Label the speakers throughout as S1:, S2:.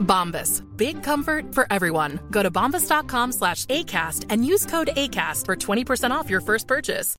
S1: Bombas. Big comfort for everyone. Go to bombas.com slash ACAST and use code ACAST for 20% off your first purchase.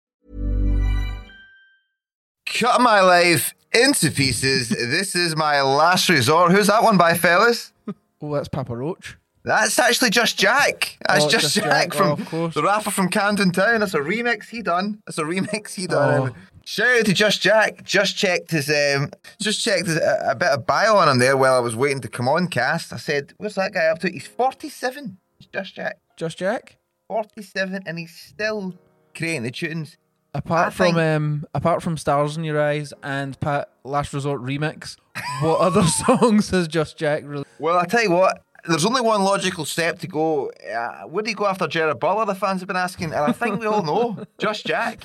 S2: Cut my life into pieces. this is my last resort. Who's that one by, fellas?
S3: Oh, that's Papa Roach.
S2: That's actually just Jack. That's
S3: Oh,
S2: just,
S3: Just
S2: Jack,
S3: Jack. Oh,
S2: from
S3: of course.
S2: the rapper from Camden Town. That's a remix he done. That's a remix he done. Um,
S3: Oh.
S2: Shout out to Just Jack. Just checked his um, just checked his, a, a bit of bio on him there while I was waiting to come on cast. I said, "What's that guy up to? He's 47. It's Just Jack,
S3: Just Jack.
S2: 47, and he's still creating the tunes." I
S3: Apart from
S2: think-
S3: um, apart from Stars in Your Eyes and Pat Last Resort remix, what other songs has Just Jack released?
S2: Well, I tell you what. There's only one logical step to go. Uh, would he go after Jared Butler? The fans have been asking, and I think we all know. Just Jack.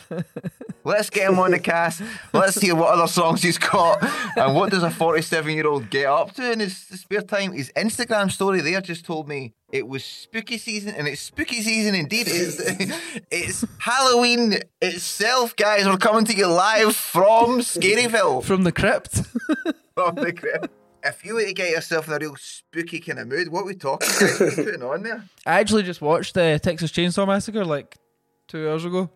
S2: Let's get him on the cast. Let's hear what other songs he's got, and what does a 47-year-old get up to in his spare time? His Instagram story there just told me it was spooky season, and it's spooky season indeed. It's, it's Halloween itself, guys. We're coming to you live from Scaryville
S3: From the Crypt.
S2: from Oh, the crib. If you were to get yourself in a real spooky kind of mood, what are we talking about? What are you putting on there?
S3: I actually just watched the Texas Chainsaw Massacre like two hours ago.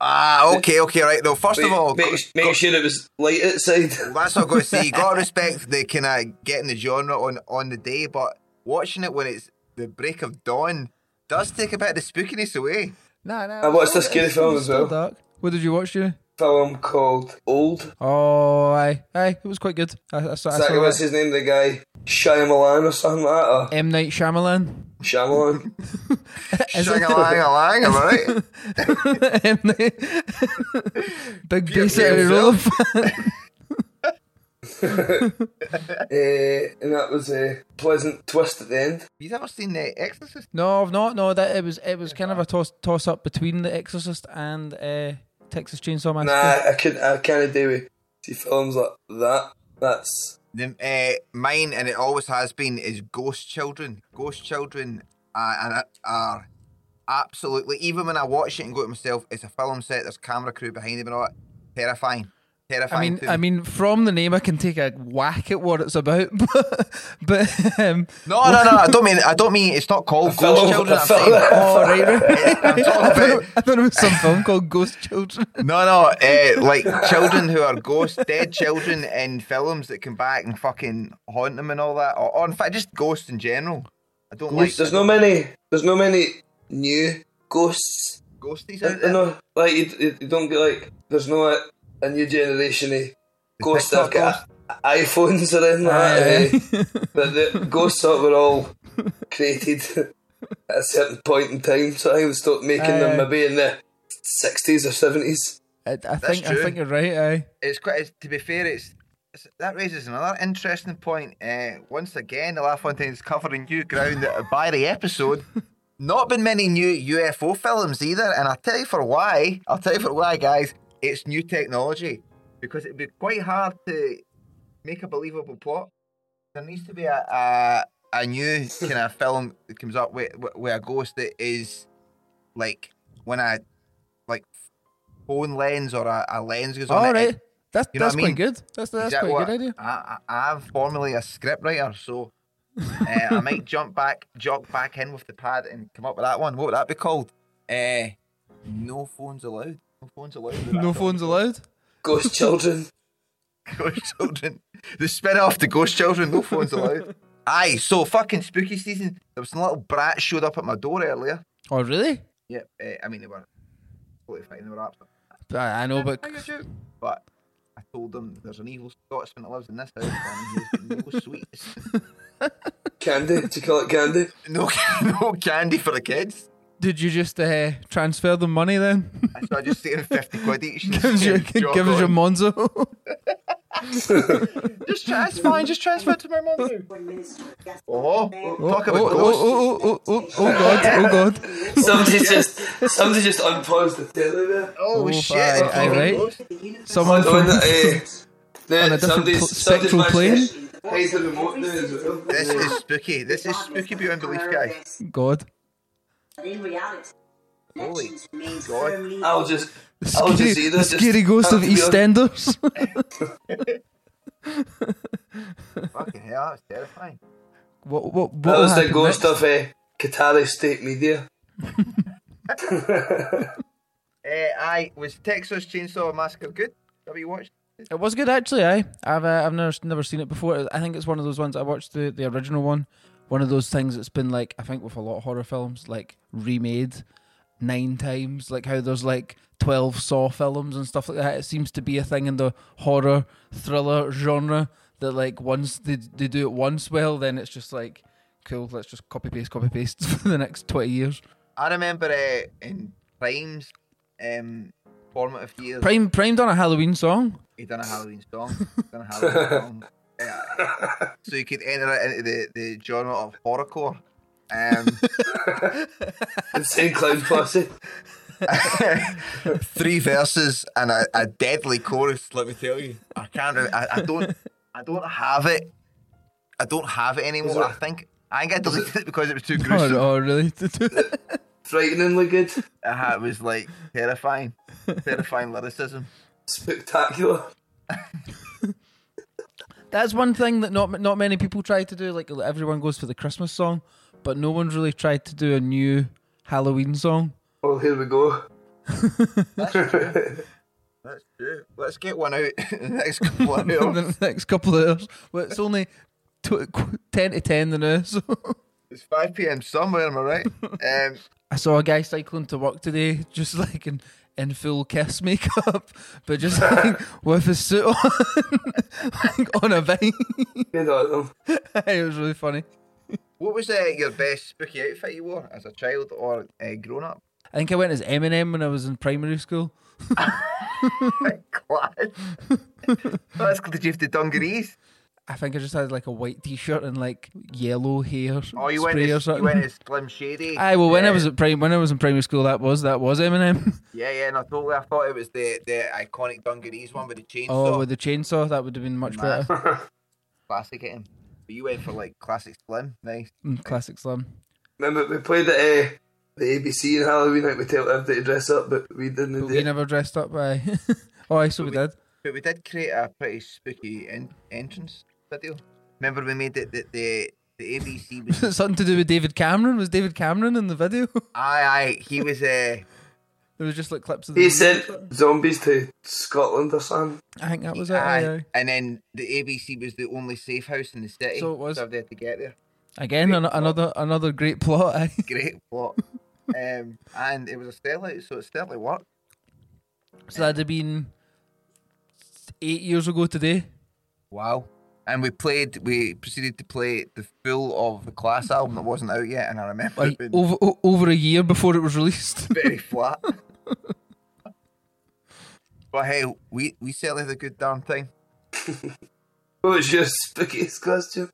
S2: Ah, okay, okay, right. Though, first of all,
S4: make, make sure it was light outside.
S2: well, that's not going to say. You got to respect the kind of getting the genre on on the day, but watching it when it's the break of dawn does take a bit of the spookiness away.
S3: Nah, nah.
S4: I watched the scary
S3: it's
S4: film as
S3: still
S4: well.
S3: Dark. What did you watch, Jimmy?
S4: Film called Old.
S3: Oh, aye, aye. It was quite good. I, I, saw- I saw
S4: Exactly what's
S3: that.
S4: his name? The guy Shyamalan or something like that. Or
S3: M Night Shyamalan.
S4: Shyamalan.
S3: Is it-
S2: Shang a lang a lang, am I right?
S3: M. Night. Big bass out of
S2: Beautiful.
S3: roll.
S4: Eh, and that was a pleasant twist at the end.
S2: You've ever seen the Exorcist?
S3: No, I've not. No, that it was it was kind of a toss toss up between The Exorcist and uh, Texas Chainsaw
S4: Nah,
S3: Massacre.
S4: I couldn't. I can't do with see films like that. That's
S2: The, uh, mine, and it always has been, is Ghost Children. Ghost Children uh, and it are absolutely, even when I watch it and go to myself, it's a film set, there's camera crew behind them and all that. Terrifying.
S3: I
S2: Terrifying.
S3: mean,
S2: too.
S3: I mean, from the name, I can take a whack at what it's about, but, but um,
S2: no, no, no, I don't mean, I don't mean, it's not called Ghost
S4: film-
S2: Children.
S4: a
S2: I'm saying,
S4: film.
S3: oh, right, right.
S2: I'm
S3: I
S2: talking
S3: thought,
S2: about,
S3: it- I thought it was some film called Ghost Children.
S2: no, no, uh, like children who are ghost, dead children in films that come back and fucking haunt them and all that. Or, or in fact, just ghosts in general. I don't like
S4: there's no many. There's no many new ghosts.
S2: ghosties
S4: I,
S2: out
S4: I
S2: there.
S4: know, like you, you, you don't get like. There's no a, a new generation of ghosts that have got i- iPhones or anything like that. eh. But the ghosts that were all created at a certain point in time. So I would stop making them
S3: Aye.
S4: maybe in the sixties or seventies.
S3: I, I think I
S2: true.
S3: think you're right. Aye.
S2: it's quite it's, to be fair it's, it's that raises another interesting point uh, once again the LaFontaine is covering new ground by the episode not been many new UFO films either and I'll tell you for why I'll tell you for why guys it's new technology because it'd be quite hard to make a believable plot there needs to be a, a, a new kind of film that comes up with, with a ghost that is like when a phone lens or a, a lens goes on.
S4: All
S2: it,
S4: right,
S2: it-
S4: that's
S2: you know
S4: that's
S2: what I mean?
S4: quite good. That's that's
S2: Exactly
S4: quite
S2: what-
S4: a good idea.
S2: I, I, I'm formerly a scriptwriter, so uh, I might jump back, jog back in with the pad and come up with that one. What would that be called? Uh, no phones allowed. No phones allowed.
S4: No phones allowed.
S5: Ghost children.
S2: Ghost Children. The spin off to Ghost Children, no phones allowed. Aye, so fucking spooky season. There was some little brat showed up at my door earlier.
S4: Oh really?
S2: Yep, eh, I mean, they were totally fine, they were absolutely.
S4: I, I know, but
S2: I got you. But I told them there's an evil Scotsman that lives in this house and he's got no sweets.
S5: Candy. Do you call it candy?
S2: No, no candy for the kids.
S4: did you just uh, transfer the money then?
S2: So I just saved 50 quid each. and
S4: give us your,
S2: just jog
S4: give us your
S2: on.
S4: Monzo.
S2: Just transfer, fine, just transfer it to my mum. Oh, talk about
S4: oh,
S2: ghosts.
S4: oh, oh, oh, oh, oh, god, oh god.
S5: Somebody just somebody just unpaused the telly there.
S2: Oh,
S4: Oh,
S2: shit.
S4: aye,
S2: talk
S4: aye,
S2: about
S4: right.
S2: ghosts.
S4: Someone
S5: On
S4: from
S5: the, eh, the-
S4: On a different
S5: somebody's-
S4: pl-
S5: somebody's
S4: spectral
S5: managed
S4: plane?
S5: to Hide the remote now as well.
S2: This is spooky. This is spooky beyond belief, guys.
S4: God.
S2: Holy God.
S5: I'll just
S4: The
S5: I'll
S4: scary,
S5: just see
S4: the
S5: this. just-
S4: scary ghost of
S5: I'll be on-
S4: EastEnders.
S2: Fucking hell, that was terrifying.
S4: what what what
S5: That
S4: will
S5: was the
S4: happen
S5: ghost
S4: next?
S5: of uh, Qatari state media.
S2: Uh, I was Texas Chainsaw Massacre good? Have you watched?
S4: It was good actually. I I've uh, I've never never seen it before. I think it's one of those ones I watched the the original one. One of those things that's been like I think with a lot of horror films like remade nine times. Like how there's like twelve Saw films and stuff like that. It seems to be a thing in the horror thriller genre that like once they they do it once well, then it's just like cool. Let's just copy paste copy paste for the next twenty years.
S2: I remember uh, in Prime's um, formative years,
S4: Prime Prime on a Halloween song.
S2: he done a Halloween song. he done a Halloween song. Yeah. So you could enter it into the, the genre of horrorcore. Um,
S5: Insane clown posse.
S2: three verses and a, a deadly chorus. Let me tell you, I can't. re- I, I don't. I don't have it. I don't have it anymore. I think I think I deleted it because it was too
S4: Oh,
S2: gruesome.
S4: oh really?
S5: Frighteningly good.
S2: Uh, it was like terrifying, terrifying lyricism.
S5: Spectacular.
S4: That's one thing that not not many people try to do. Like everyone goes for the Christmas song, but no one's really tried to do a new Halloween song.
S5: Oh, here we go.
S2: That's true. Let's get one out in the next couple of hours.
S4: in the next couple of hours. Well, it's only tw- qu- ten to ten the now. So
S2: It's five p.m. somewhere. Am I right? Um,
S4: I saw a guy cycling to work today, just like in in full kiss makeup, but just like with his suit on, like on a vine.
S5: Good on them.
S4: it was really funny.
S2: what was uh, your best spooky outfit you wore as a child or uh, grown up?
S4: I think I went as Eminem when I was in primary school.
S2: Glad. That's did you have the dungarees?
S4: I think I just had like a white T-shirt and like yellow hair
S2: Oh, you went
S4: spray or
S2: as,
S4: something.
S2: you went as Slim Shady.
S4: Aye, well, when I
S2: Yeah.
S4: was at prim- when I was in primary school, that was that was Eminem.
S2: Yeah, yeah, no, totally. I thought it was the the iconic dungarees one with the chainsaw.
S4: Oh, with the chainsaw, that would have been much
S2: Nah.
S4: better.
S2: classic at him. But you went for like classic slim, nice.
S4: Mm, Classic slam.
S5: Remember, we played at uh, the ABC in Halloween night. We tell everybody to dress up, but we didn't. do
S4: But we
S5: it.
S4: never dressed up. Aye. oh, aye, so we did.
S2: But we did create a pretty spooky en- entrance video. Remember we made it that the the ABC was
S4: Something to do with David Cameron. Was David Cameron in the video?
S2: aye aye he was uh,
S4: there was just like clips of. The
S5: He
S4: video.
S5: sent zombies to Scotland or something.
S4: I think that was it.
S2: aye,
S4: Aye, aye.
S2: and then the ABC was the only safe house in the city.
S4: So it was.
S2: So they had to get there.
S4: Again, an- another another great plot. Aye.
S2: Great plot. um, and it was a sellout, so it certainly worked.
S4: So that'd have been eight years ago today.
S2: Wow. And we played, we proceeded to play the full of the Class album that wasn't out yet, and I remember
S4: Like oh,
S2: it being
S4: over o- over a year before it was released.
S2: very flat. but hey, we, we certainly had a good damn time.
S5: What was your spookiest costume?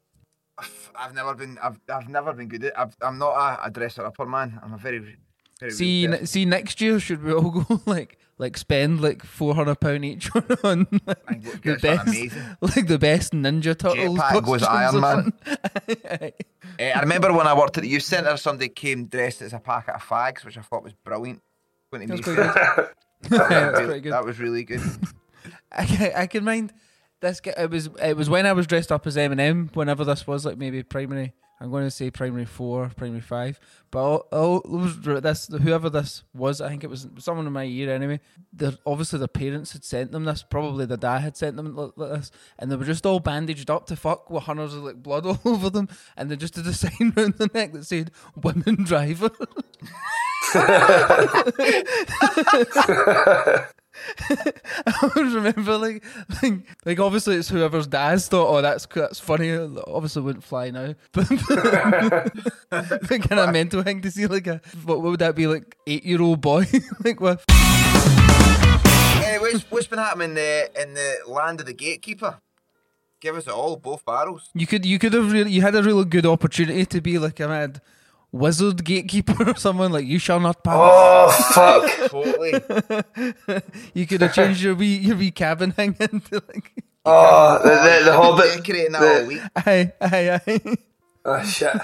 S2: I've never been, I've, I've never been good at I've, I'm not a, a dresser upper man. I'm a very, very. real
S4: See,
S2: person.
S4: n- see, next year should we all go like like spend like four hundred pound each on, on like,
S2: And go-
S4: the
S2: get something
S4: best
S2: amazing.
S4: like the best Ninja Turtles.
S2: Jetpack goes
S4: costumes
S2: Iron
S4: or
S2: Man.
S4: something.
S2: Eh, I remember when I worked at the youth centre, somebody came dressed as a packet of fags, which I thought was brilliant. Going to
S4: That's
S2: be
S4: quite That's
S2: Really-
S4: pretty good.
S2: That was really good.
S4: I can, I can mind this. g- It was it was when I was dressed up as Eminem. Whenever this was, like maybe primary. I'm going to say primary four, primary five. But all, all those dr- this whoever this was, I think it was someone in my year anyway. Their, obviously, their parents had sent them this. Probably their dad had sent them li- like this, and they were just all bandaged up to fuck with hundreds of like blood all over them, and they just did a sign round the neck that said "Women Driver." I always remember like, like like obviously it's whoever's dad's thought oh that's cool, that's funny obviously wouldn't fly now but, but kind of mental thing to see like a what, what would that be like eight year old boy like with
S2: anyway, what's, what's been happening in the, in the land of the gatekeeper? Give us it all, both barrels.
S4: you could you could have really you had a really good opportunity to be like a mad wizard gatekeeper or someone like you shall not pass
S5: Oh fuck!
S2: Totally.
S4: you could have changed your wee your wee cabin thing into like
S5: Oh, the, the, the Hobbit.
S2: Decorating that all
S5: The,
S2: week.
S4: aye aye aye
S5: oh shit!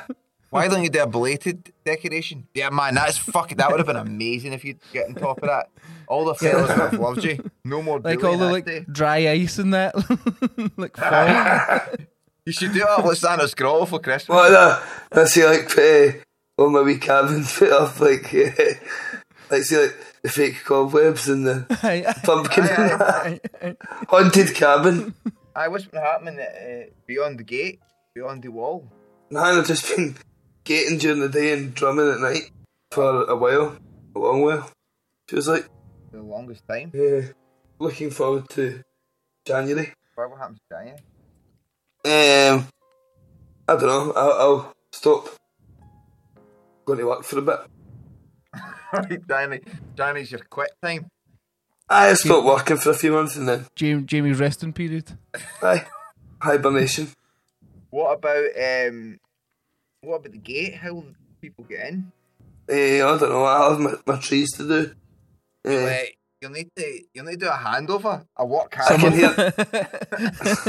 S2: Why
S4: Mm-hmm.
S2: don't you do a belated decoration? Yeah, man, that's fucking. That would have been amazing if you'd get on top of that. All the fellas would have loved you. No more
S4: like
S2: bullying
S4: all the
S2: that eh?
S4: like
S2: day.
S4: dry ice and that like fall.
S2: You should do it up with Santa's scroll for Christmas.
S5: What the? I see like put, uh, on my wee cabin put up like uh, like see like the fake cobwebs and the
S4: Aye, aye.
S5: pumpkin and that.
S4: Aye, aye.
S5: haunted cabin.
S2: eh. I what's been happening at, uh, beyond the gate, beyond the wall?
S5: Man, I've just been gating during the day and drumming at night for a while, a long while. She was like,
S2: The longest time.
S5: yeah, looking forward to January.
S2: Why what happens to January?
S5: Um, I don't know. I'll, I'll stop going to work for a bit.
S2: Right, January. January's your quit time.
S5: I stopped working for a few months and then
S4: Jamie, Jamie's resting period.
S5: hi, hibernation.
S2: What about um? What about the gate? How will people get in?
S5: Eh, I don't know. I have my, my trees to do. Eh,
S2: Like, you'll need to you'll need to do a handover, a walk
S5: I can
S2: handover.
S5: hear.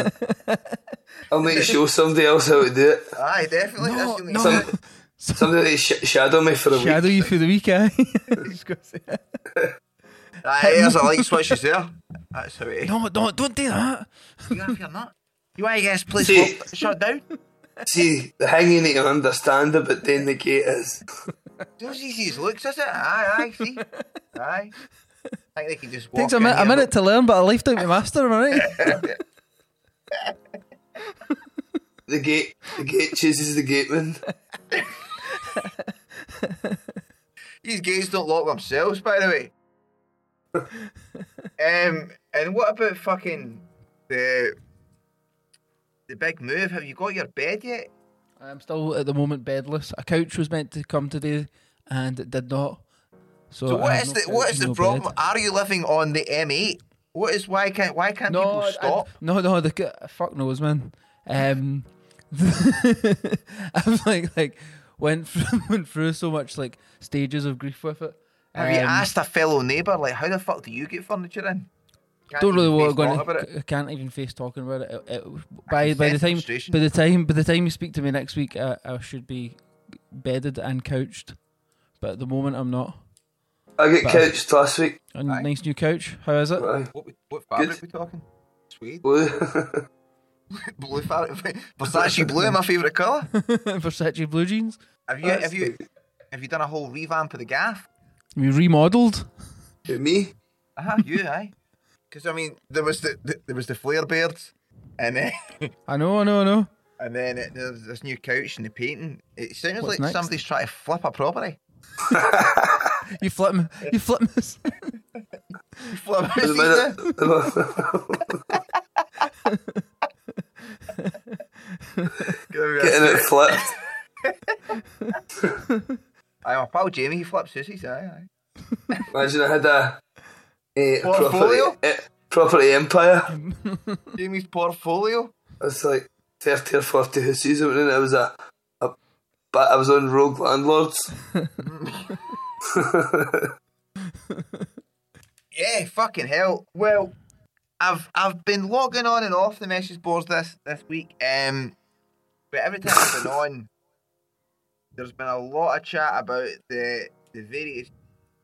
S5: I'll make sure somebody else how to do it.
S2: Aye, definitely. that's you'll need to do.
S5: Some, somebody to sh- shadow me for a
S4: Shadow
S5: week.
S4: you for the week, eh? I was gonna say.
S2: Aye, there's a light switch is there. That's how it is.
S4: no, no, don't do that.
S2: You have your nut. You want to get this place
S5: See-
S2: locked- shut down?
S5: See, the thing you need to understand about then the gate is
S2: It's not as easy as it looks, is it? Aye, aye, see? Aye. I think they can just walk
S4: Takes a,
S2: in
S4: mi- a
S2: here,
S4: minute to learn, but a lifetime to master, am I right?
S5: the gate. The gate chases the gateman.
S2: These gates don't lock themselves, by the way. um, and what about fucking the the big move? Have you got your bed yet?
S4: I'm still at the moment bedless. A couch was meant to come today, and it did not. So,
S2: So
S4: I
S2: what
S4: have
S2: is
S4: no
S2: the what
S4: couch
S2: is
S4: and
S2: the
S4: no
S2: problem?
S4: bed.
S2: Are you living on the M8? What is why can't why can't
S4: No,
S2: people
S4: I-
S2: stop?
S4: no, no, the c- fuck knows, man. Um, I've like like went through, went through so much like stages of grief with it.
S2: Have you
S4: Um,
S2: asked a fellow neighbour like how the fuck do you get furniture in? Can't
S4: don't really
S2: even
S4: want
S2: face
S4: to go.
S2: talk about
S4: into-
S2: it.
S4: I can't even face talking about it. It- it- by by the
S2: sense
S4: time
S2: frustration.
S4: by the time by the time you speak to me next week, I, I should be bedded and couched. But at the moment, I'm not.
S5: I got
S4: But-
S5: couched last week.
S4: A n- nice new couch. How is it?
S5: Aye.
S2: What, we- what fabric we talking? Suede,
S5: Blue.
S2: blue fabric, Versace blue, my favourite colour.
S4: Versace blue jeans.
S2: Have you have you have you done a whole revamp of the gaff?
S4: We remodeled.
S5: Who, me.
S2: Ah, you, aye. Because I mean, there was the, the there was the flare beards, and then
S4: I know, I know, I know.
S2: and then it, there's this new couch and the painting. It sounds
S4: What's
S2: like
S4: next?
S2: somebody's trying to flip a property.
S4: You flip me. You flip me.
S2: Flip
S5: Wait a minute. Getting it flipped.
S2: Aye, my pal Jamie, he flips sissies. Aye, aye.
S5: Imagine I had a, a property,
S2: Portfolio?
S5: eh, property empire.
S2: Jamie's portfolio.
S5: It's like thirty or forty houses, and then I was a, a but I was on rogue landlords.
S2: Yeah, fucking hell. Well, I've I've been logging on and off the message boards this this week. Um, but every time I've been on, there's been a lot of chat about the the various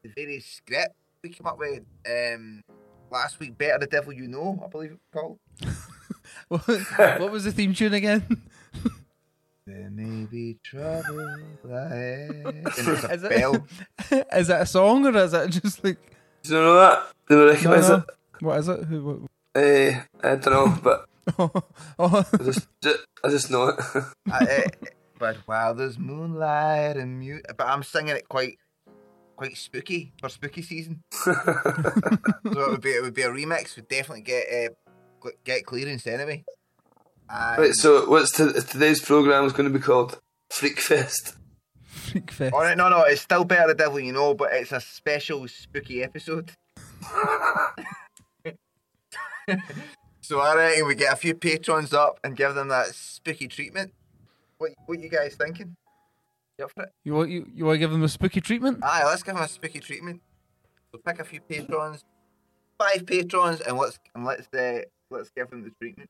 S2: the various scripts we came up with um, last week, Better the Devil You Know, I believe it was called.
S3: What, what was the theme tune again?
S2: There may be trouble ahead. And there's a bell.
S3: is that a song or is that just like?
S4: Do you know that? Do you recognise
S3: No, no. What is it? Who? What?
S4: it? Eh, I don't know, but
S3: Oh, oh.
S4: I just, ju- I just know it.
S2: I- I- but while there's moonlight and mute, but I'm singing it quite, quite spooky for spooky season. so it would be it would be a remix. Would definitely get uh, get clearance anyway. And-
S4: right, so what's t- today's programme is going to be called? Freak Fest.
S3: Freak fest.
S2: All right, no, no, it's still better the devil you know, but it's a special spooky episode. so I reckon we get a few patrons up and give them that spooky treatment. What what you guys thinking? You up for it?
S3: You want you, you want to give them a spooky treatment?
S2: Aye, let's give them a spooky treatment. We'll pick a few patrons, five patrons, and let's and let's uh, let's give them the treatment.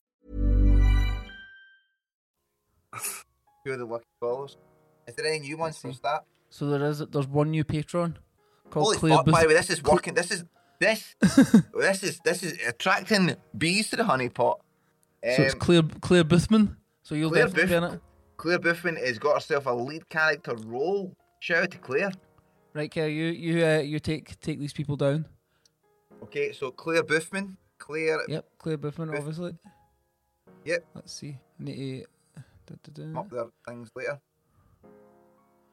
S2: Who are the lucky followers? Is there any new ones since that?
S3: So there is there's one new patron called
S2: Holy
S3: Claire.
S2: fuck!
S3: Bus-
S2: By the way, this is working. This is this this is this is attracting bees to the honeypot. Um,
S3: so it's Claire Claire Boothman. So you'll
S2: Claire
S3: definitely be in
S2: Booth-
S3: it,
S2: Claire Boothman has got herself a lead character role. Shout out to Claire.
S3: right? Claire, you you uh, you take take these people down.
S2: Okay, so Claire Boothman, Claire.
S3: Yep, Claire Boothman,
S2: Uh, Booth-
S3: obviously.
S2: Yep,
S3: Let's see. Need to- da, da,
S2: I'm
S3: da.
S2: up there things later.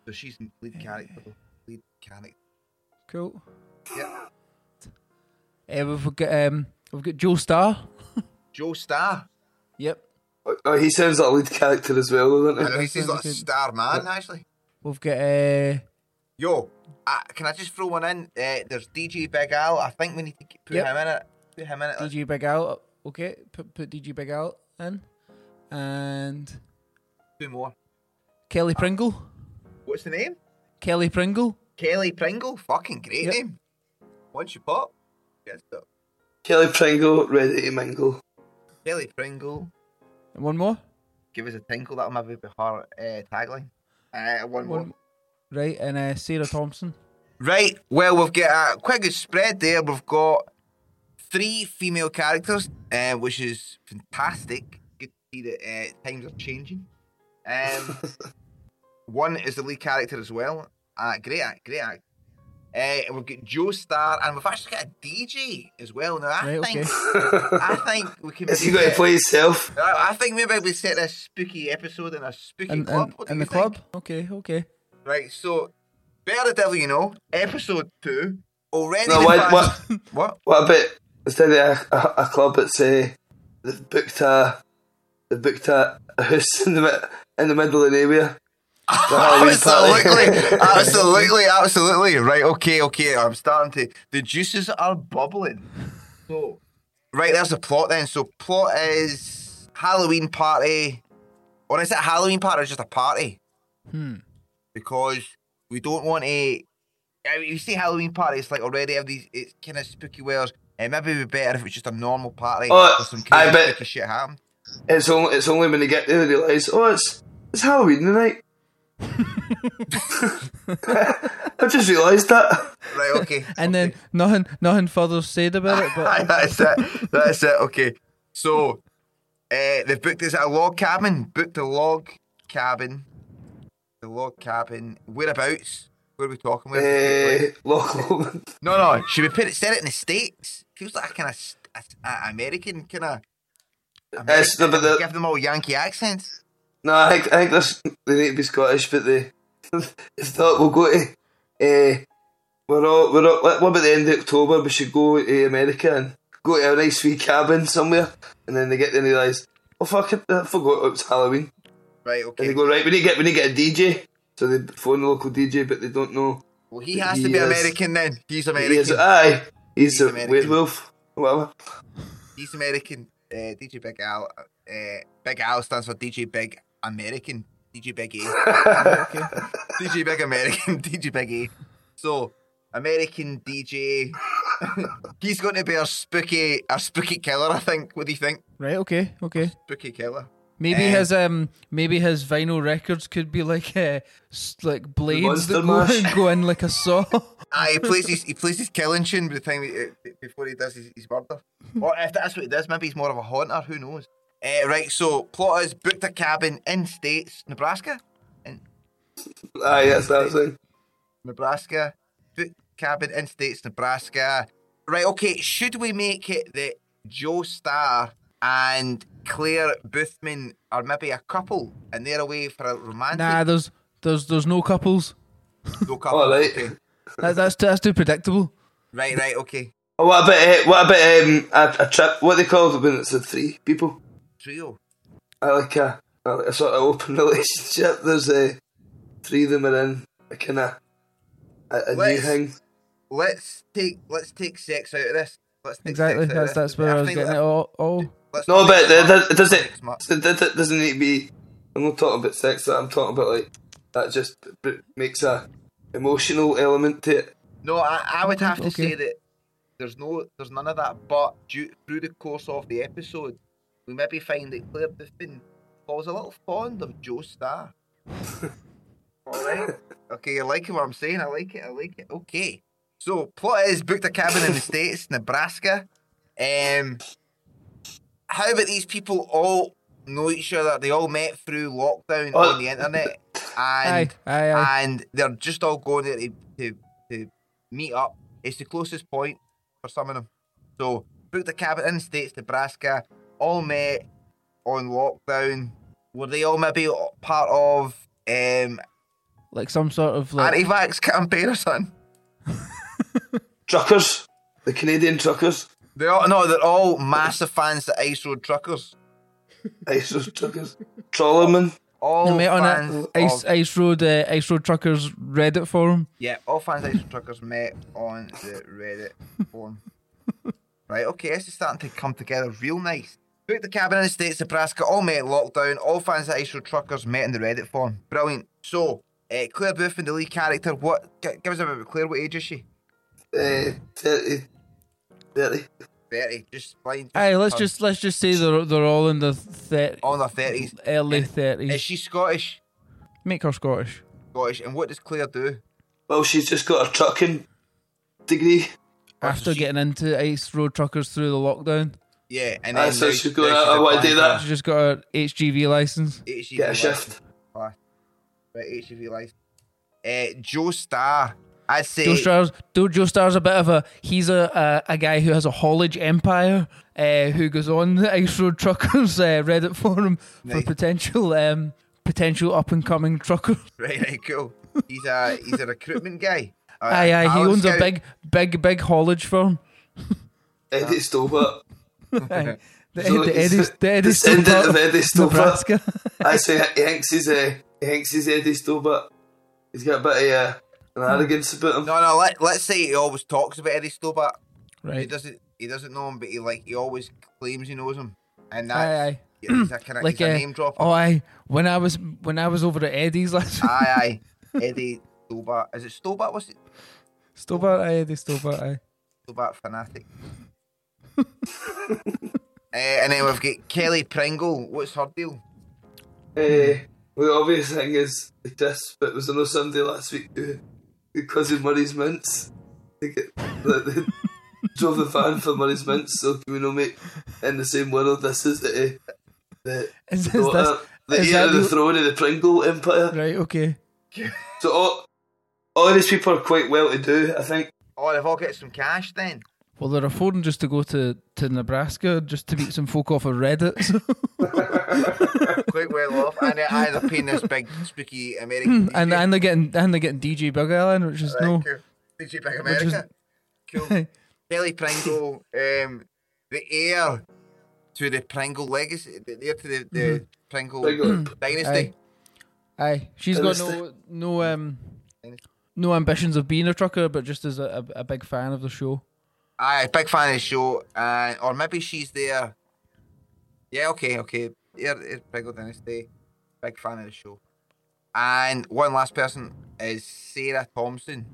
S2: So she's in lead character. Lead character.
S3: Cool.
S2: Yep.
S3: Uh, we've got um we've got Joe Starr.
S2: Joe Starr.
S3: Yep.
S4: Oh, he sounds like a lead character as well, doesn't
S2: I
S4: he?
S2: know he seems like a
S3: sounds good.
S2: star man actually.
S3: We've got uh
S2: Yo, uh, can I just throw one in? Uh, there's DJ Big Al. I think we need to keep- put
S3: Yep.
S2: him in it. Put him in it.
S3: DJ Big Al. Okay, put put DJ Big Al in, and
S2: Two more.
S3: Kelly Pringle.
S2: What's the name?
S3: Kelly Pringle.
S2: Kelly Pringle. Fucking great
S3: Yep.
S2: name. Once you pop, good stuff.
S4: Kelly Pringle, ready to mingle.
S2: Kelly Pringle.
S3: And one more.
S2: Give us a tinkle. That'll maybe be her uh, tagline. Uh, one, more.
S3: One- Right, and uh, Sarah Thompson.
S2: Right. Well, we've got a quite good spread there. We've got three female characters, uh, which is fantastic. Good to see that uh, times are changing. Um, one is the lead character as well. Uh, great act, great act. Uh, we've got Joe Star, and we've actually got a DJ as well. Now, I
S3: Right,
S2: think I think we can.
S4: Is he
S2: maybe
S4: going to
S2: set-
S4: play himself?
S2: I I think maybe we set a spooky episode in a spooky
S3: And,
S2: club.
S3: and,
S2: What do
S3: and
S2: you
S3: the
S2: think?
S3: club. Okay, okay.
S2: Right, so Better the Devil You Know, episode two. Already
S4: No,
S2: the
S4: wait,
S2: fans-
S4: what?
S2: What?
S4: What about instead of a, a, a club, it's uh, they've booked a they've booked a, a house in the mi- in the middle of nowhere. for a Halloween party.
S2: Absolutely, absolutely, absolutely. Right, okay, okay. I'm starting to. The juices are bubbling. So, right, there's the plot then. So, plot is Halloween party, or is it Halloween party or just a party?
S3: Hmm.
S2: Because we don't want to. I mean, you see Halloween party, it's like already have these. It's kind of spooky wares. And maybe it'd be better if it was just a normal party.
S4: Oh,
S2: with some
S4: I
S2: crazy
S4: bet-
S2: spooky shit happened.
S4: It's only it's only when they get there they realise, oh, it's it's Halloween tonight. I just realised that.
S2: Right, okay.
S3: And then nothing, nothing further said about it. But
S2: that's it. That's it. Okay. So uh, they've booked this at a log cabin. Booked a log cabin. The log cabin. Whereabouts? What are we talking about?
S4: Uh, Loch Lomond.
S2: No, no. Should we put it? Set it in the states. Feels like a kind of a, a American kind of.
S4: It's the- but the-
S2: give them all Yankee accents.
S4: No, I think, I think this, they need to be Scottish, but they, they thought we'll go to. Uh, we're all, we're all, what about the end of October? We should go to America and go to a nice wee cabin somewhere. And then they get there and realise, oh fuck it, I forgot it was Halloween.
S2: Right.
S4: And
S2: Okay.
S4: they go, right, we need to get, we need to get a DJ. So they phone the local DJ, but they don't know.
S2: well, he has to
S4: he
S2: be
S4: is-
S2: American then. He's American.
S4: He is, aye, he's,
S2: He's
S4: a
S2: American.
S4: werewolf. Whatever.
S2: He's American. Uh, DJ Big Al. Uh, Big Al stands for DJ Big American. DJ Big A. DJ Big American. DJ Big A. So American DJ. He's going to be our spooky, our spooky killer. I think. What do you think?
S3: Right. Okay. Okay.
S2: Spooky killer.
S3: Maybe
S2: Eh.
S3: his um, maybe his vinyl records could be like uh, s- like blades
S4: Monster
S3: that go,
S4: Mash.
S3: go in like a saw.
S2: Ah, he plays his he plays his killing tune by the time he, uh, before he does his, his murder. Or if that's what he does, maybe he's more of a haunter. Who knows? Uh, right. So plot is booked a cabin in states, Nebraska, in
S4: Aye, that's that thing.
S2: Nebraska, booked cabin in states, Nebraska. Right. Okay. Should we make it that Joe Starr and Claire Boothman are maybe a couple and they're away for a romantic?
S3: nah, there's there's there's no couples.
S2: no couple.
S4: All right.
S2: Okay.
S3: That, that's too- that's too predictable.
S2: Right. Right. Okay.
S4: Oh, what about, uh, what about um, a, a trip? What are they called when it's a three people?
S2: Trio.
S4: I like a, I like a sort of open relationship. There's uh, three of them are in a kind of a, a new
S2: Let's-
S4: thing.
S2: let's take let's take sex out of this. Let's take
S3: Exactly.
S2: Sex out
S3: That's
S2: of
S3: that's
S2: this.
S3: where I was
S2: think
S3: getting it.
S2: let-
S3: Oh, oh.
S2: let's
S4: No,
S2: make
S4: but
S2: it
S4: it,
S2: smart.
S4: it doesn't
S2: Make it smart.
S4: it, it, it doesn't need to be. I'm not talking about sex. That I'm talking about like that just b- makes a emotional element to it.
S2: No, I, I would have to
S3: Okay.
S2: say that there's no there's none of that. But due, through the course of the episode, we maybe find that Claire Boothman falls a little fond of Joe Starr. All right. Okay, you're liking what I'm saying. I like it. I like it. Okay. So plot is booked a cabin in the states, Nebraska. Um, how about these people all know each other? They all met through lockdown
S4: Oh.
S2: on the internet, and
S3: Aye, aye, aye.
S2: and they're just all going there to, to to meet up. It's the closest point for some of them. So booked a cabin in the states, Nebraska. All met on lockdown. Were they all maybe part of um,
S3: Like some sort of like
S2: anti-vax campaign or something?
S4: Truckers, the Canadian truckers,
S2: They all no, they're all massive fans of Ice Road Truckers.
S4: ice road truckers, trawlermen.
S2: All
S3: they met on
S2: fans
S3: a ice
S2: of,
S3: ice road uh, ice road truckers Reddit forum.
S2: yeah, all fans of Ice Road Truckers met on the Reddit forum. Right, okay, this is starting to come together real nice. Booked the cabin in the States, Nebraska, all met in lockdown, all fans of Ice Road Truckers met in the Reddit forum. Brilliant. So, uh, Claire Boothman, the lead character, what, g- give us a bit about Claire, what age is she?
S4: Uh, 30, 30.
S2: 30, just blind.
S3: Aye, let's
S2: turned.
S3: just let's just say they're they're all in the thir-
S2: All in their 30s.
S3: early
S2: And Is
S3: thirties.
S2: she Scottish?
S3: Make her Scottish.
S2: Scottish, and what does Claire do?
S4: Well, she's just got a trucking degree.
S2: Or
S3: After
S2: does she-
S3: getting into ice road truckers through the lockdown,
S2: Yeah, and
S4: Ah,
S2: then
S4: so
S2: now
S4: she's
S2: she's-
S4: going,
S2: now she's
S4: "I- I wanna do
S2: applying
S4: that."
S2: for
S3: she just got her HGV license.
S2: HGV
S4: Get a
S2: E license.
S4: shift.
S2: Aye. Right, E HGV life. Uh, Joe Star, I'd say.
S3: Joe Starr's, Joe, Joe Starr's a bit of a he's a, a a guy who has a haulage empire uh, who goes on the ice road truckers uh, Reddit forum for
S2: Nice.
S3: potential um potential up and coming truckers.
S2: Right, right, cool. He's a he's a recruitment guy. Uh,
S3: aye, aye, he
S2: talent
S3: owns a
S2: scout.
S3: big, big, big haulage firm.
S4: Eddie Stolbert.
S3: Aye. The,
S4: So
S3: the
S4: he's
S3: Eddie,
S4: a
S3: the Eddie
S4: descendant
S3: Stolbert,
S4: of Eddie Stolbert.
S3: Nebraska.
S4: I say Hanks is uh, Hanks is Eddie Stolbert. He's got a bit of uh, an
S3: Hmm.
S4: arrogance about him.
S2: No, no. Let let's say he always talks about Eddie Stobart. He
S3: right.
S2: doesn't he doesn't know him, but he like he always claims he knows him, and that's
S3: Aye, aye.
S2: yeah, he's a kind of
S3: Like
S2: he's a
S3: uh,
S2: name dropper. Ah.
S3: oh, aye. When I was when I was over at Eddie's last week,
S2: aye, aye. Eddie Stobart. Is it Stobart? Was it
S3: Stolbert, aye, Eddie Stolbert, aye.
S2: Stobart fanatic? uh, and then we've got Kelly Pringle. What's her deal?
S4: Eh, well, the obvious thing is the kiss, but was there no somebody last week who, who cousin Murray's mints? They, get, they, they drove the van for Murray's mints, so can we not make in the same world this is the uh, the
S3: Is, is
S4: daughter,
S3: this,
S4: the
S3: is
S4: heir
S3: that
S4: of the
S3: the-
S4: throne of the Pringle Empire.
S3: right? Okay.
S4: So all, All these people are quite well to do, I think.
S2: Oh, they've all got some cash then.
S3: Well, they're affording just to go to, to Nebraska just to meet some folk off of Reddit. so-
S2: Quite well off. And they're either paying this big, spooky American.
S3: Hmm, and and they're getting and they're getting DJ Bug Island, which is no.
S2: cool. Did you pick
S3: Which is-
S2: America? Cool. Billy Pringle, um, the heir to the Pringle legacy, the heir to the, the
S3: Mm-hmm.
S2: Pringle
S4: Pringle.
S2: dynasty.
S3: Aye, she's
S4: And
S3: got
S4: it's
S3: no no um no ambitions of being a trucker, but just as a, a, a big fan of the show.
S2: Aye, big fan of the show. Uh, or maybe she's there. Yeah, okay, okay. Heir to Pringle dynasty, big fan of the show. And one last person is Sarah Thompson.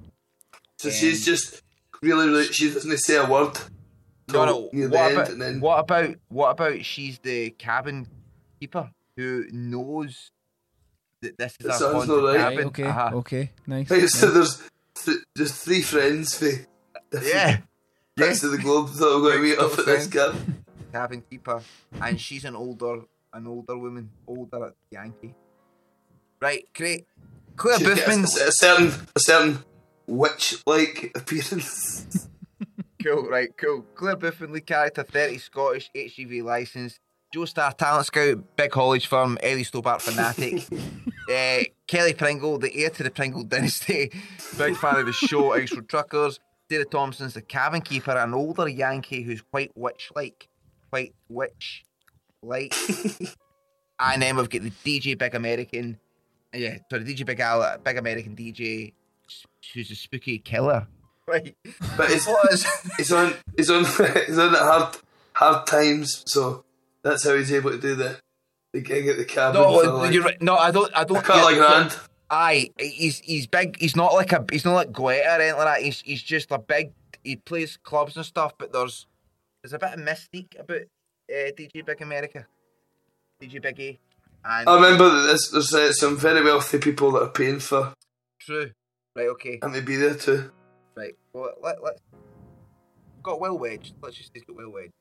S4: So she's just really, really, she doesn't say a word.
S2: No,
S4: till
S2: no.
S4: Near the
S2: What
S4: end,
S2: about,
S4: and then
S2: what about what about she's the cabin keeper who knows that this is
S4: That
S2: a
S4: sounds
S2: haunted
S4: not right.
S3: Aye,
S2: cabin?
S3: okay,
S2: Uh-huh.
S3: okay, nice.
S4: Right, so
S3: nice.
S4: there's th- just three friends for
S2: Yeah,
S4: parts of the globe that are going to meet up at this camp.
S2: cabin keeper, and she's an older an older woman, older Yankee. Right, great. Claire
S4: She's got
S2: Boothman.
S4: a, a certain, a certain witch-like appearance.
S2: Cool, right, cool. Claire Boothman, lead character, 30, Scottish, HGV license. Joe Star, talent scout, big haulage firm, Ellie Stobart fanatic. uh, Kelly Pringle, the heir to the Pringle dynasty, big fan of the show, Extra Truckers. Sarah Thompson's the cabin keeper, an older Yankee who's quite witch like. Quite witch like. and then we've got the DJ Big American. Yeah, sorry, DJ Big Al, Big American DJ, who's a spooky killer. Right.
S4: But it's,
S2: What is-
S4: it's on, it's on, it's on at hard, hard times. So that's how he's able to do the, the gig at the cabin.
S2: No,
S3: uh,
S2: uh,
S4: for like,
S2: you're right. No, I don't. I don't.
S4: a couple of grand.
S2: Aye, he's he's big. He's not like a. He's not like Guetta or anything like that. He's he's just a big. He plays clubs and stuff, but there's there's a bit of mystique about uh, DJ Big America, DJ Big A, and
S4: I remember that there's, there's uh, some very wealthy people that are paying for
S2: True. Right. Okay.
S4: and they be there too.
S2: Right. Well, let let. Got well wedged. Let's just say he's got well wedged.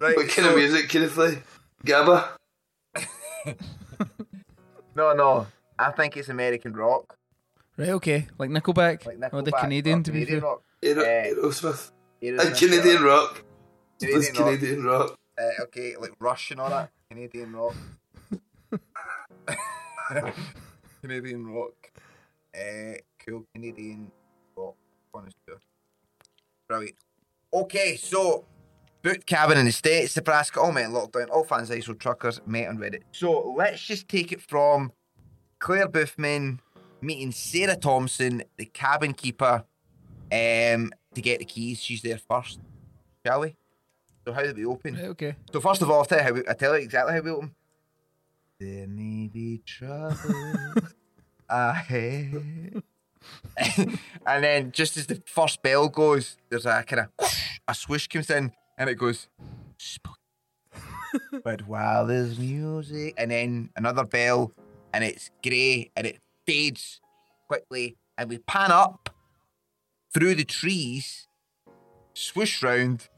S2: right.
S4: What kind of
S2: so-
S4: music can you play? Gabba?
S2: No, no. I think it's American rock,
S3: right, okay, like Nickelback,
S2: like
S3: or the
S2: Nickelback,
S3: Canadian,
S2: or
S3: to be
S2: Canadian
S3: fair.
S2: rock.
S4: Aero-
S2: Eh,
S4: Aerosmith.
S2: Aerosmith,
S4: And Canadian
S2: yeah.
S4: rock. There's
S2: Canadian rock.
S4: Canadian rock.
S2: Uh, okay, like Russian or that. Canadian rock. Canadian rock. Uh, cool. Canadian rock. Connoisseur. Brilliant. Okay, so boot cabin in the States, Nebraska, all met in lockdown, all fans ISO truckers met on Reddit. So let's just take it from Claire Boothman meeting Sarah Thompson, the cabin keeper, um, to get the keys. She's there first, shall we? So how do we open?
S3: Right, okay.
S2: So first of all, I'll tell you, how we, I tell you exactly how we open. There may be trouble ahead. and then just as the first bell goes, there's a kind of whoosh, a swoosh comes in, and it goes. "Spooky." but while there's music, and then another bell, and it's grey, and it fades quickly, and we pan up through the trees, swoosh round,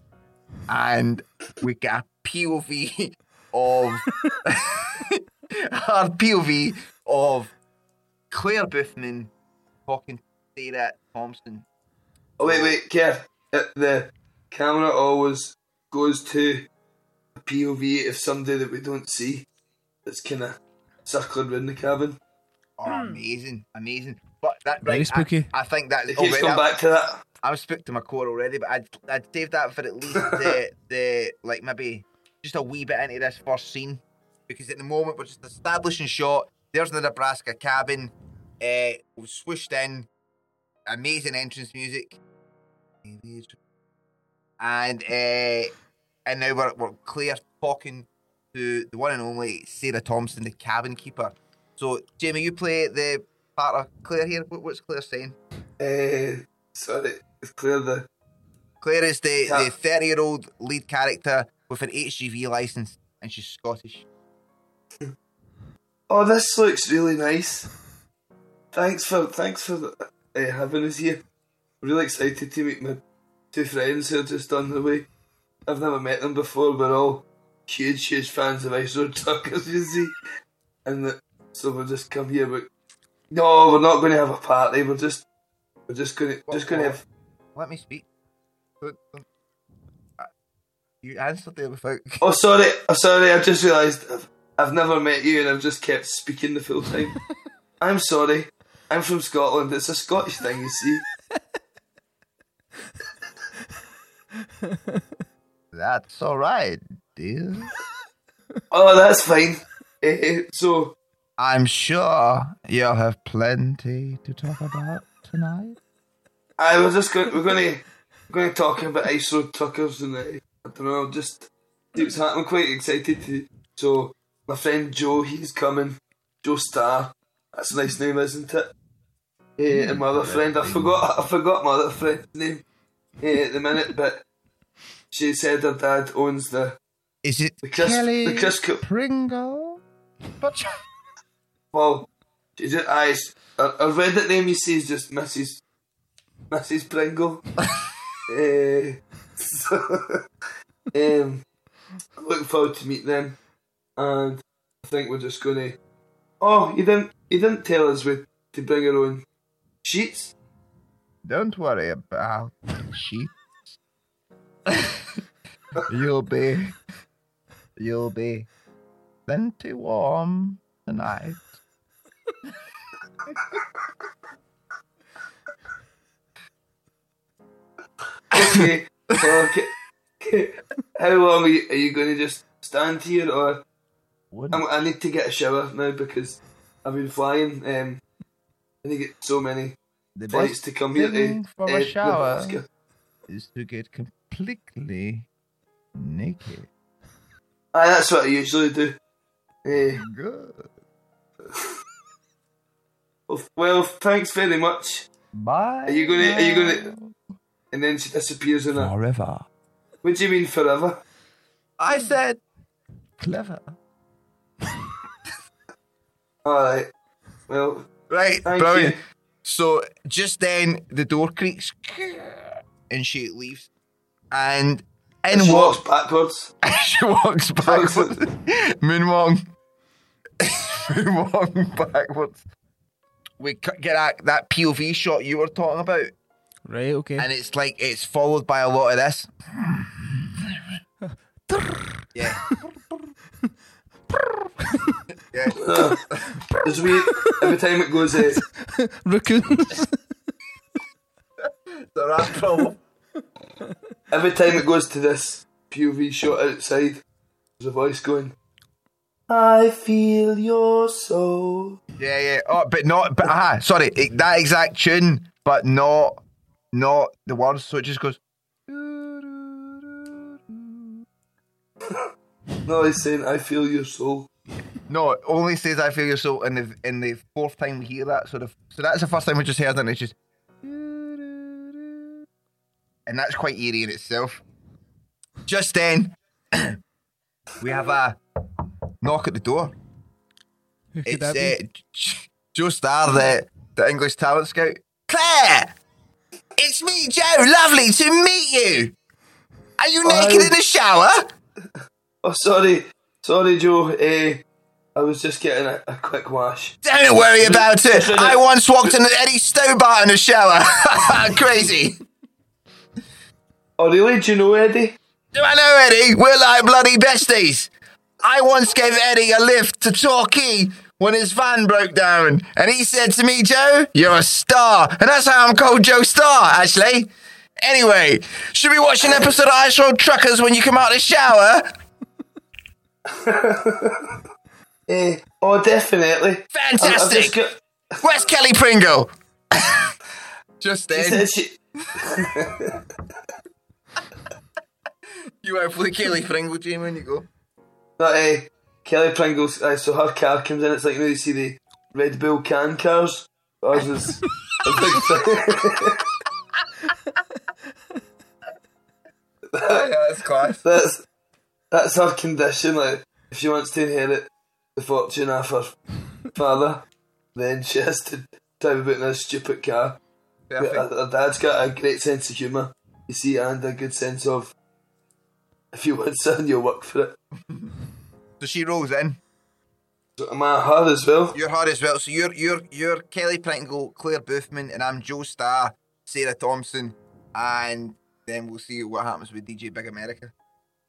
S2: and we get a POV of our POV of Claire Boothman talking to Sarah Thompson.
S4: Oh, wait, wait, care. Uh, The camera always goes to a POV of somebody that we don't see that's kind of circling around the cabin.
S2: Oh, amazing, amazing. But that right,
S3: Very spooky.
S2: I, I think that
S4: It keeps
S2: already.
S4: going
S2: I'm,
S4: back to that.
S2: I'm spooked to my core already, but I'd I'd save that for at least the the like maybe just a wee bit into this first scene because at the moment we're just establishing shot. There's the Nebraska cabin, uh, swooshed in, amazing entrance music, and uh, and now we're we're Claire talking to the one and only Sarah Thompson, the cabin keeper. So Jamie, you play the part of Claire here. What- What's Claire saying?
S4: Uh, sorry, it's clear the.
S2: Claire is the,
S4: Yeah.
S2: the 30 year old lead character with an HGV license, and she's Scottish.
S4: Oh, this looks really nice. Thanks for thanks for uh, having us here. Really excited to meet my two friends who are just on the way. I've never met them before. We're all huge, huge fans of Ice Road Truckers, you see. And the, so we've just come here. But No, we're not going to have a party. We're just, we're just going to, just going to have.
S2: Let me speak. Don't- don't- I- You answered there without.
S4: Oh, sorry, oh, sorry. I just realised I've, I've never met you, and I've just kept speaking the full time. I'm sorry. I'm from Scotland. It's a Scottish thing, you see.
S2: That's all right, dear.
S4: Oh, that's fine. Eh, so,
S2: I'm sure you'll have plenty to talk about tonight.
S4: I was just going. We're going to, going to talk about ice road truckers, and uh, I don't know. Just see what's happening. I'm quite excited. To, so, my friend Joe, he's coming. Joe Star. That's a nice name, isn't it? Eh, and my other friend, I forgot. I forgot my other friend's name eh, at the minute, but she said her dad owns the
S2: Is it
S4: the Chris
S2: Kelly
S4: the Chris Co-
S2: Pringle? But
S4: Well, she just, I, I read that name you see is just Mrs. Mrs. Pringle. Eh, so, um, I'm looking forward to meet them, and I think we're just gonna. Oh, you didn't you didn't tell us we to bring our own sheets.
S2: don't worry about the sheep. you'll be, you'll be, plenty warm tonight.
S4: Okay. well, okay. okay. How long are you, are you gonna just stand here, or
S2: Wouldn't
S4: I'm, I need to get a shower now because I've been flying. Um, I need to get so many
S2: the
S4: flights
S2: best
S4: to come here
S2: thing
S4: to
S2: for
S4: uh,
S2: a shower
S4: Nebraska.
S2: is to get completely naked.
S4: Aye, that's what I usually do. Eh,
S2: Good.
S4: well, well, thanks very much.
S2: Bye.
S4: Are you gonna- are you
S2: now.
S4: And then she disappears in a.
S2: forever?
S4: What do you mean forever?
S2: I said clever.
S4: All right. Well,
S2: Right,
S4: Thank
S2: brilliant.
S4: you.
S2: So just then the door creaks and she leaves. And in
S4: she walks
S2: walks
S4: backwards.
S2: she walks backwards. Moonwong. Moonwong backwards. We c- get that, that POV shot you were talking about,
S3: Right, okay.
S2: and it's like it's followed by a lot of this. yeah. yeah.
S4: There's we every time it goes. Uh,
S3: Raccoons.
S2: The rat problem.
S4: every time it goes to this POV shot outside, there's a voice going. I feel your soul.
S2: Yeah, yeah. Oh, but not. But ah, sorry, it, that exact tune, but not, not the words. So it just goes.
S4: No, he's saying I feel your soul.
S2: No, it only says "I feel your soul" in the in the fourth time we hear that. So the so that's the first time we just heard it. And it's just. And that's quite eerie in itself. Just then, we have a knock at the door.
S3: Who could
S2: It's
S3: that be?
S2: uh, Joe Star, the, uh, the English talent scout. Claire! It's me, Joe. Lovely to meet you. Are you
S4: Oh.
S2: naked in the shower?
S4: Oh, sorry, sorry, Joe. Eh, I was just getting a, a quick wash.
S2: Don't worry about it.
S4: Listen,
S2: I once walked in Eddie Stobart in the shower. Crazy.
S4: Oh, really? Do you know Eddie?
S2: Do I know Eddie? We're like bloody besties. I once gave Eddie a lift to Torquay when his van broke down, and he said to me, Joe, you're a star. And that's how I'm called Joe Star, actually. Anyway, should we watch an episode of Ice Road Truckers when you come out of the shower?
S4: Eh, oh, definitely. I've just
S2: Fantastic.
S4: got-
S2: Where's Kelly Pringle? Just
S4: she
S2: then,
S4: said she,
S2: you went for the Kelly Pringle, Jamie, and you go.
S4: but, eh, Kelly Pringle's. eh, so her car comes in. It's like you know you see the Red Bull can cars. Ours is a big thing.
S2: yeah, that's class.
S4: that's that's her condition. Like if she wants to inherit the fortune of her father, then she has to drive about in a stupid car. But her, her dad's got a great sense of humour, you see, and a good sense of if you want something, you'll work for it.
S2: So she rolls in.
S4: Am I her as well?
S2: You're her as well. So you're you're you're Kelly Pringle, Claire Boothman, and I'm Joe Starr, Sarah Thompson, and then we'll see what happens with DJ Big America.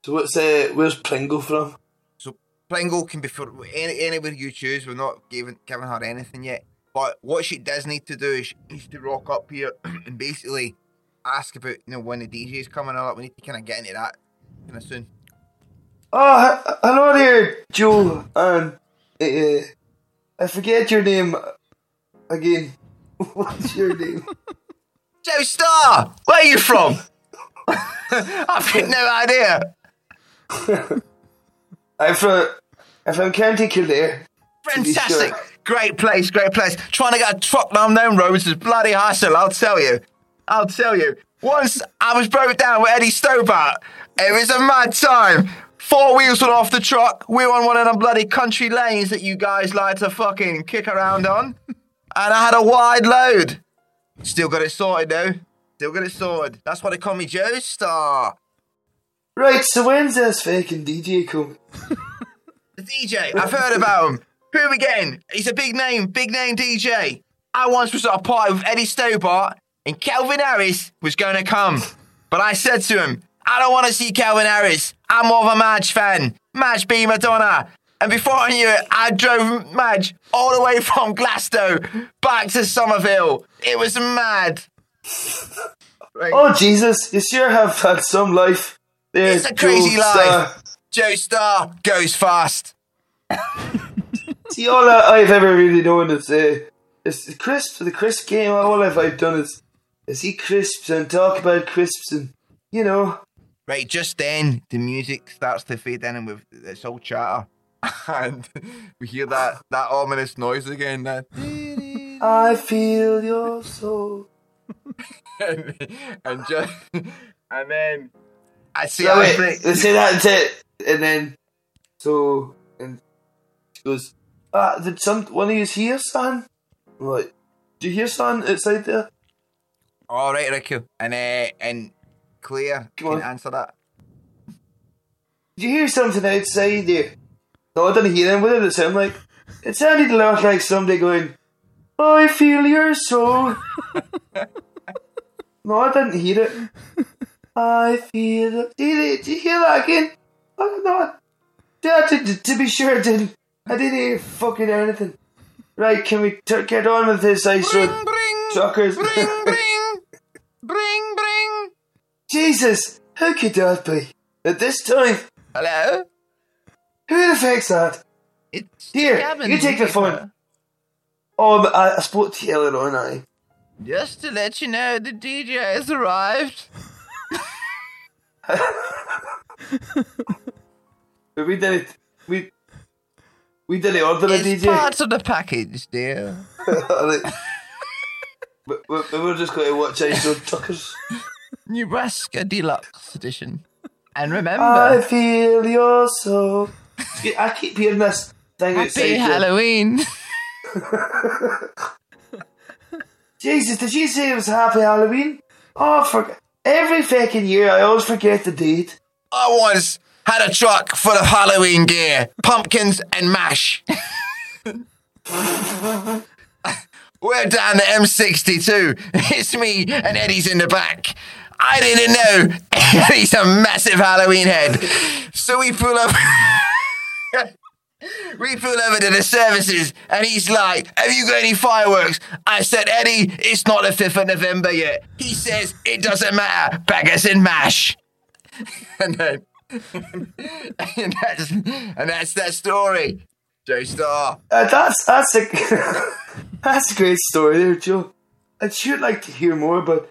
S4: So what's uh, where's Pringle from?
S2: So Pringle can be for any, anywhere you choose. We're not giving giving her anything yet. But what she does need to do is she needs to rock up here and basically ask about you know when the DJ's coming up. We need to kind of get into that kind of soon.
S4: Oh, h- hello there, Joe. And uh, I forget your name again. What's your name?
S2: Joe Star, where are you from? I've got no idea.
S4: I'm from I'm from County Kildare. to be
S2: Fantastic.
S4: sure.
S2: Great place, great place. Trying to get a truck down them roads is bloody hassle, I'll tell you. I'll tell you. Once I was broke down with Eddie Stobart. It was a mad time. Four wheels were off the truck. We were on one of them bloody country lanes that you guys like to fucking kick around on. And I had a wide load. Still got it sorted though. Still got it sorted. That's why they call me Joe Star.
S4: Right, so when's this fucking DJ coming?
S2: The DJ, I've heard about him. Who are we getting? He's a big name, big name DJ. I once was at a party with Eddie Stobart, and Calvin Harris was going to come. But I said to him, I don't want to see Calvin Harris. I'm more of a Madge fan. Madge be Madonna. And before I knew it, I drove Madge all the way from Glasgow back to Somerville. It was mad. Right.
S4: Oh Jesus, you sure have had some life. There,
S2: it's a crazy
S4: Joe
S2: life.
S4: Star.
S2: Joe Star goes fast.
S4: See, all I, I've ever really known is uh, is the crisps, the crisp game. All I've, I've done is is eat crisps and talk about crisps, and you know,
S2: Right, just then the music starts to fade in, and with it's all chatter, and we hear that that ominous noise again. That
S4: I feel your soul.
S2: and, and just and then I see
S4: Yeah,
S2: Alan
S4: wait,
S2: Blake-
S4: they say that and it, and then so and she goes, ah, did some one of you hear son? I'm like, do you hear son outside there?
S2: All right, Ricky, and uh, and Claire
S4: Go
S2: can
S4: on.
S2: answer that.
S4: Did you hear something outside there? No, I didn't hear him. What did it sound like? It sounded a lot like somebody going, "Oh, I feel your soul. no, I didn't hear it. I feel it. Did you, did you hear that again? I don't know. Yeah, to, to, to be sure, I didn't. I didn't hear fucking anything. Right, can we t- get on with this ice road? Suckers.
S2: bring, bring, bring, bring.
S4: Jesus, who could that be? At this time,
S2: Hello,
S4: who the fuck's that?
S2: it's
S4: Here,
S2: Gavin
S4: you take the
S2: Whittaker.
S4: phone. Oh, but I, I spoke to you earlier on, I.
S2: Just to let you know, the DJ has arrived.
S4: But we didn't. We we didn't order a
S2: It's
S4: DJ.
S2: part of the package, dear.
S4: Alright. we, we, we were just going to watch Ice Road Tuckers.
S2: Nebraska Deluxe Edition. And remember,
S4: I feel your soul. I keep hearing this thing
S2: happy
S4: outside. there.
S2: Halloween.
S4: Jesus, did you say it was Happy Halloween? Oh, for every fucking year, I always forget the date.
S2: I once had a truck full of Halloween gear, pumpkins and mash. We're down the M62. It's me and Eddie's in the back. I didn't know Eddie's a massive Halloween head. So we pull up. We pull over to the services and he's like, Have you got any fireworks? I said, Eddie, it's not the 5th of November yet. He says, It doesn't matter. Baggers and mash. and then, and that's and that's that story. Joe Star.
S4: Uh, that's that's a that's a great story there, Joe. I'd sure like to hear more, but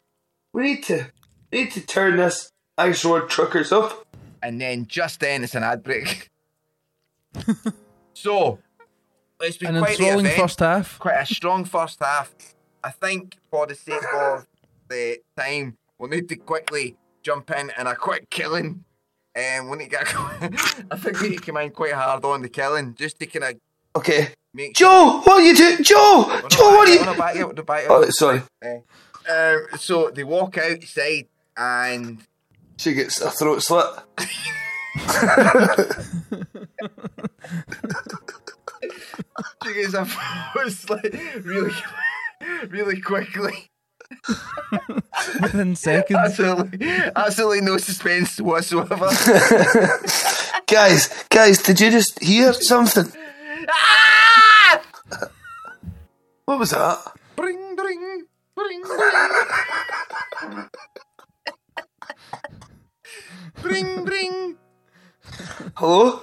S4: we need to we need to turn this Ice Road Truckers up.
S2: And then just then it's an ad break. so it's been
S3: An
S2: quite the
S3: enthralling
S2: event,
S3: first half.
S2: quite a strong first half. I think for the sake of the time, we'll need to quickly jump in and a quick killing. And we need to get I think we need to come in quite hard on the killing just to kind of
S4: Okay,
S2: make
S4: Joe, what are you doing, Joe? Joe, what are you?
S2: We're not back yet, we're not back yet.
S4: Oh, sorry.
S2: Um, so they walk outside and
S4: She gets a throat slit.
S2: Because I was like really, really quickly.
S3: Within seconds.
S2: Absolutely, absolutely no suspense whatsoever.
S4: guys, guys, did you just hear something?
S2: ah!
S4: What was that?
S2: Bring, bring, bring, bring. bring, bring.
S4: Hello?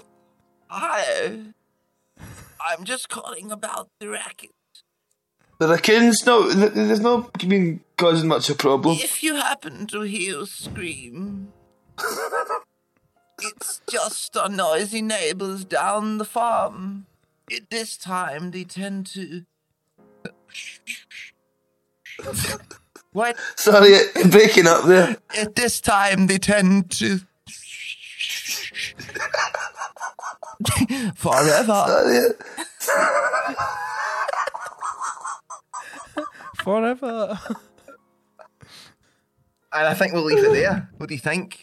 S2: Hi. I'm just calling about the racket.
S4: The raccoons? No, th- they've not been causing much a problem.
S2: If you happen to hear a scream, it's just our noisy neighbours down the farm. At this time, they tend to. what?
S4: Sorry, I'm breaking up there.
S2: At this time, they tend to. Forever.
S4: Sorry.
S3: Forever.
S2: And I think we'll leave it there. What do you think?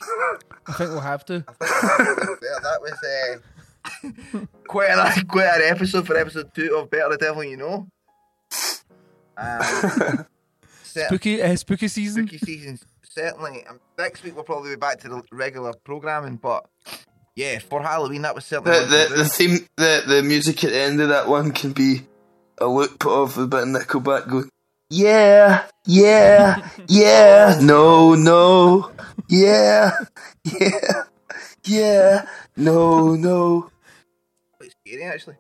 S3: I think we'll have to.
S2: Yeah, that was uh, quite an quite an episode for episode two of Better the Devil You Know. Um, cer-
S3: Spooky, uh, spooky season.
S2: spooky season certainly. Um, next week we'll probably be back to the regular programming, but yeah, for Halloween that was certainly. one
S4: The,
S2: to
S4: the, the
S2: do.
S4: theme, the, the music at the end of that one can be a loop of a bit of Nickelback going, yeah, yeah, yeah, no, no, yeah, yeah, yeah, no, no.
S2: Quite scary actually.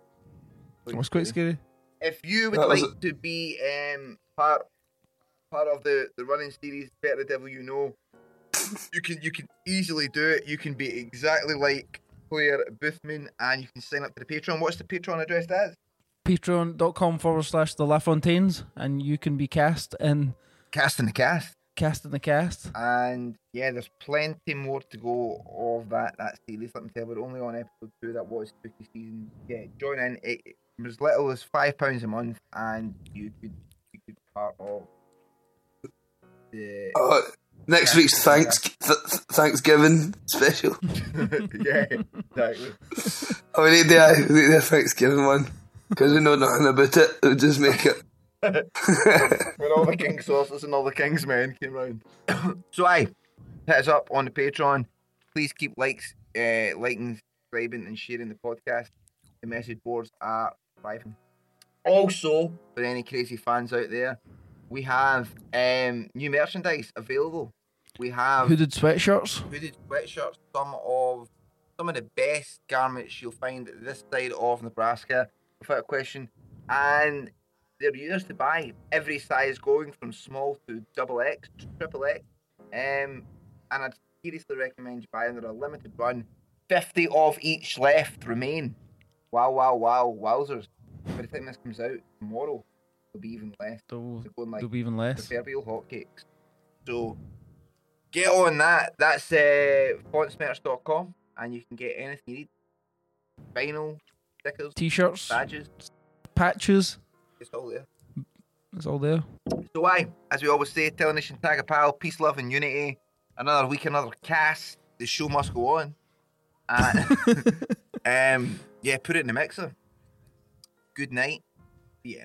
S3: It was quite scary.
S2: If you would
S4: That was
S2: like to be um, part part of the, the running series Better the Devil You Know, you can you can easily do it. You can be exactly like Claire Boothman and you can sign up to the Patreon. What's the Patreon address as?
S3: Patreon.com forward slash the LaFontaines, and you can be cast in
S2: Cast in the cast.
S3: Cast in the Cast.
S2: And yeah, there's plenty more to go of that that series. Let me tell you, we're only on episode two. That was spooky season. Yeah, join in. It, it was as little as five pounds a month, and you could you could be part of the
S4: Oh, next week's thanks, th- Thanksgiving special.
S2: yeah exactly.
S4: Oh, we need the, uh, we need the Thanksgiving one because we know nothing about it. We'll just make it.
S2: When all the king saucers and all the king's men came round. so aye, hit us up on the Patreon. Please keep likes, uh, liking, subscribing, and sharing the podcast. The message boards are thriving. Also, for any crazy fans out there, we have um, new merchandise available. We have
S3: Hooded sweatshirts.
S2: hooded sweatshirts, some of some of the best garments you'll find this side of Nebraska, without question. And they're yours to buy. Every size going from small to double X, triple X. Um, and I'd seriously recommend you buy them. They're a limited run. 50 of each left remain. Wow, wow, wow, wowzers. By the time this comes out tomorrow, it'll be even less.
S3: There'll,
S2: They're going like
S3: there'll be even less.
S2: proverbial hotcakes. So get on that. That's uh, fontsmerch.com and you can get anything you need. Vinyl, stickers,
S3: T-shirts,
S2: badges,
S3: patches.
S2: it's all there.
S3: It's all there.
S2: So I, as we always say, tell a nation, tag a pal, peace, love and unity. Another week, another cast. The show must go on. And um, yeah, put it in the mixer. Good night. Yeah.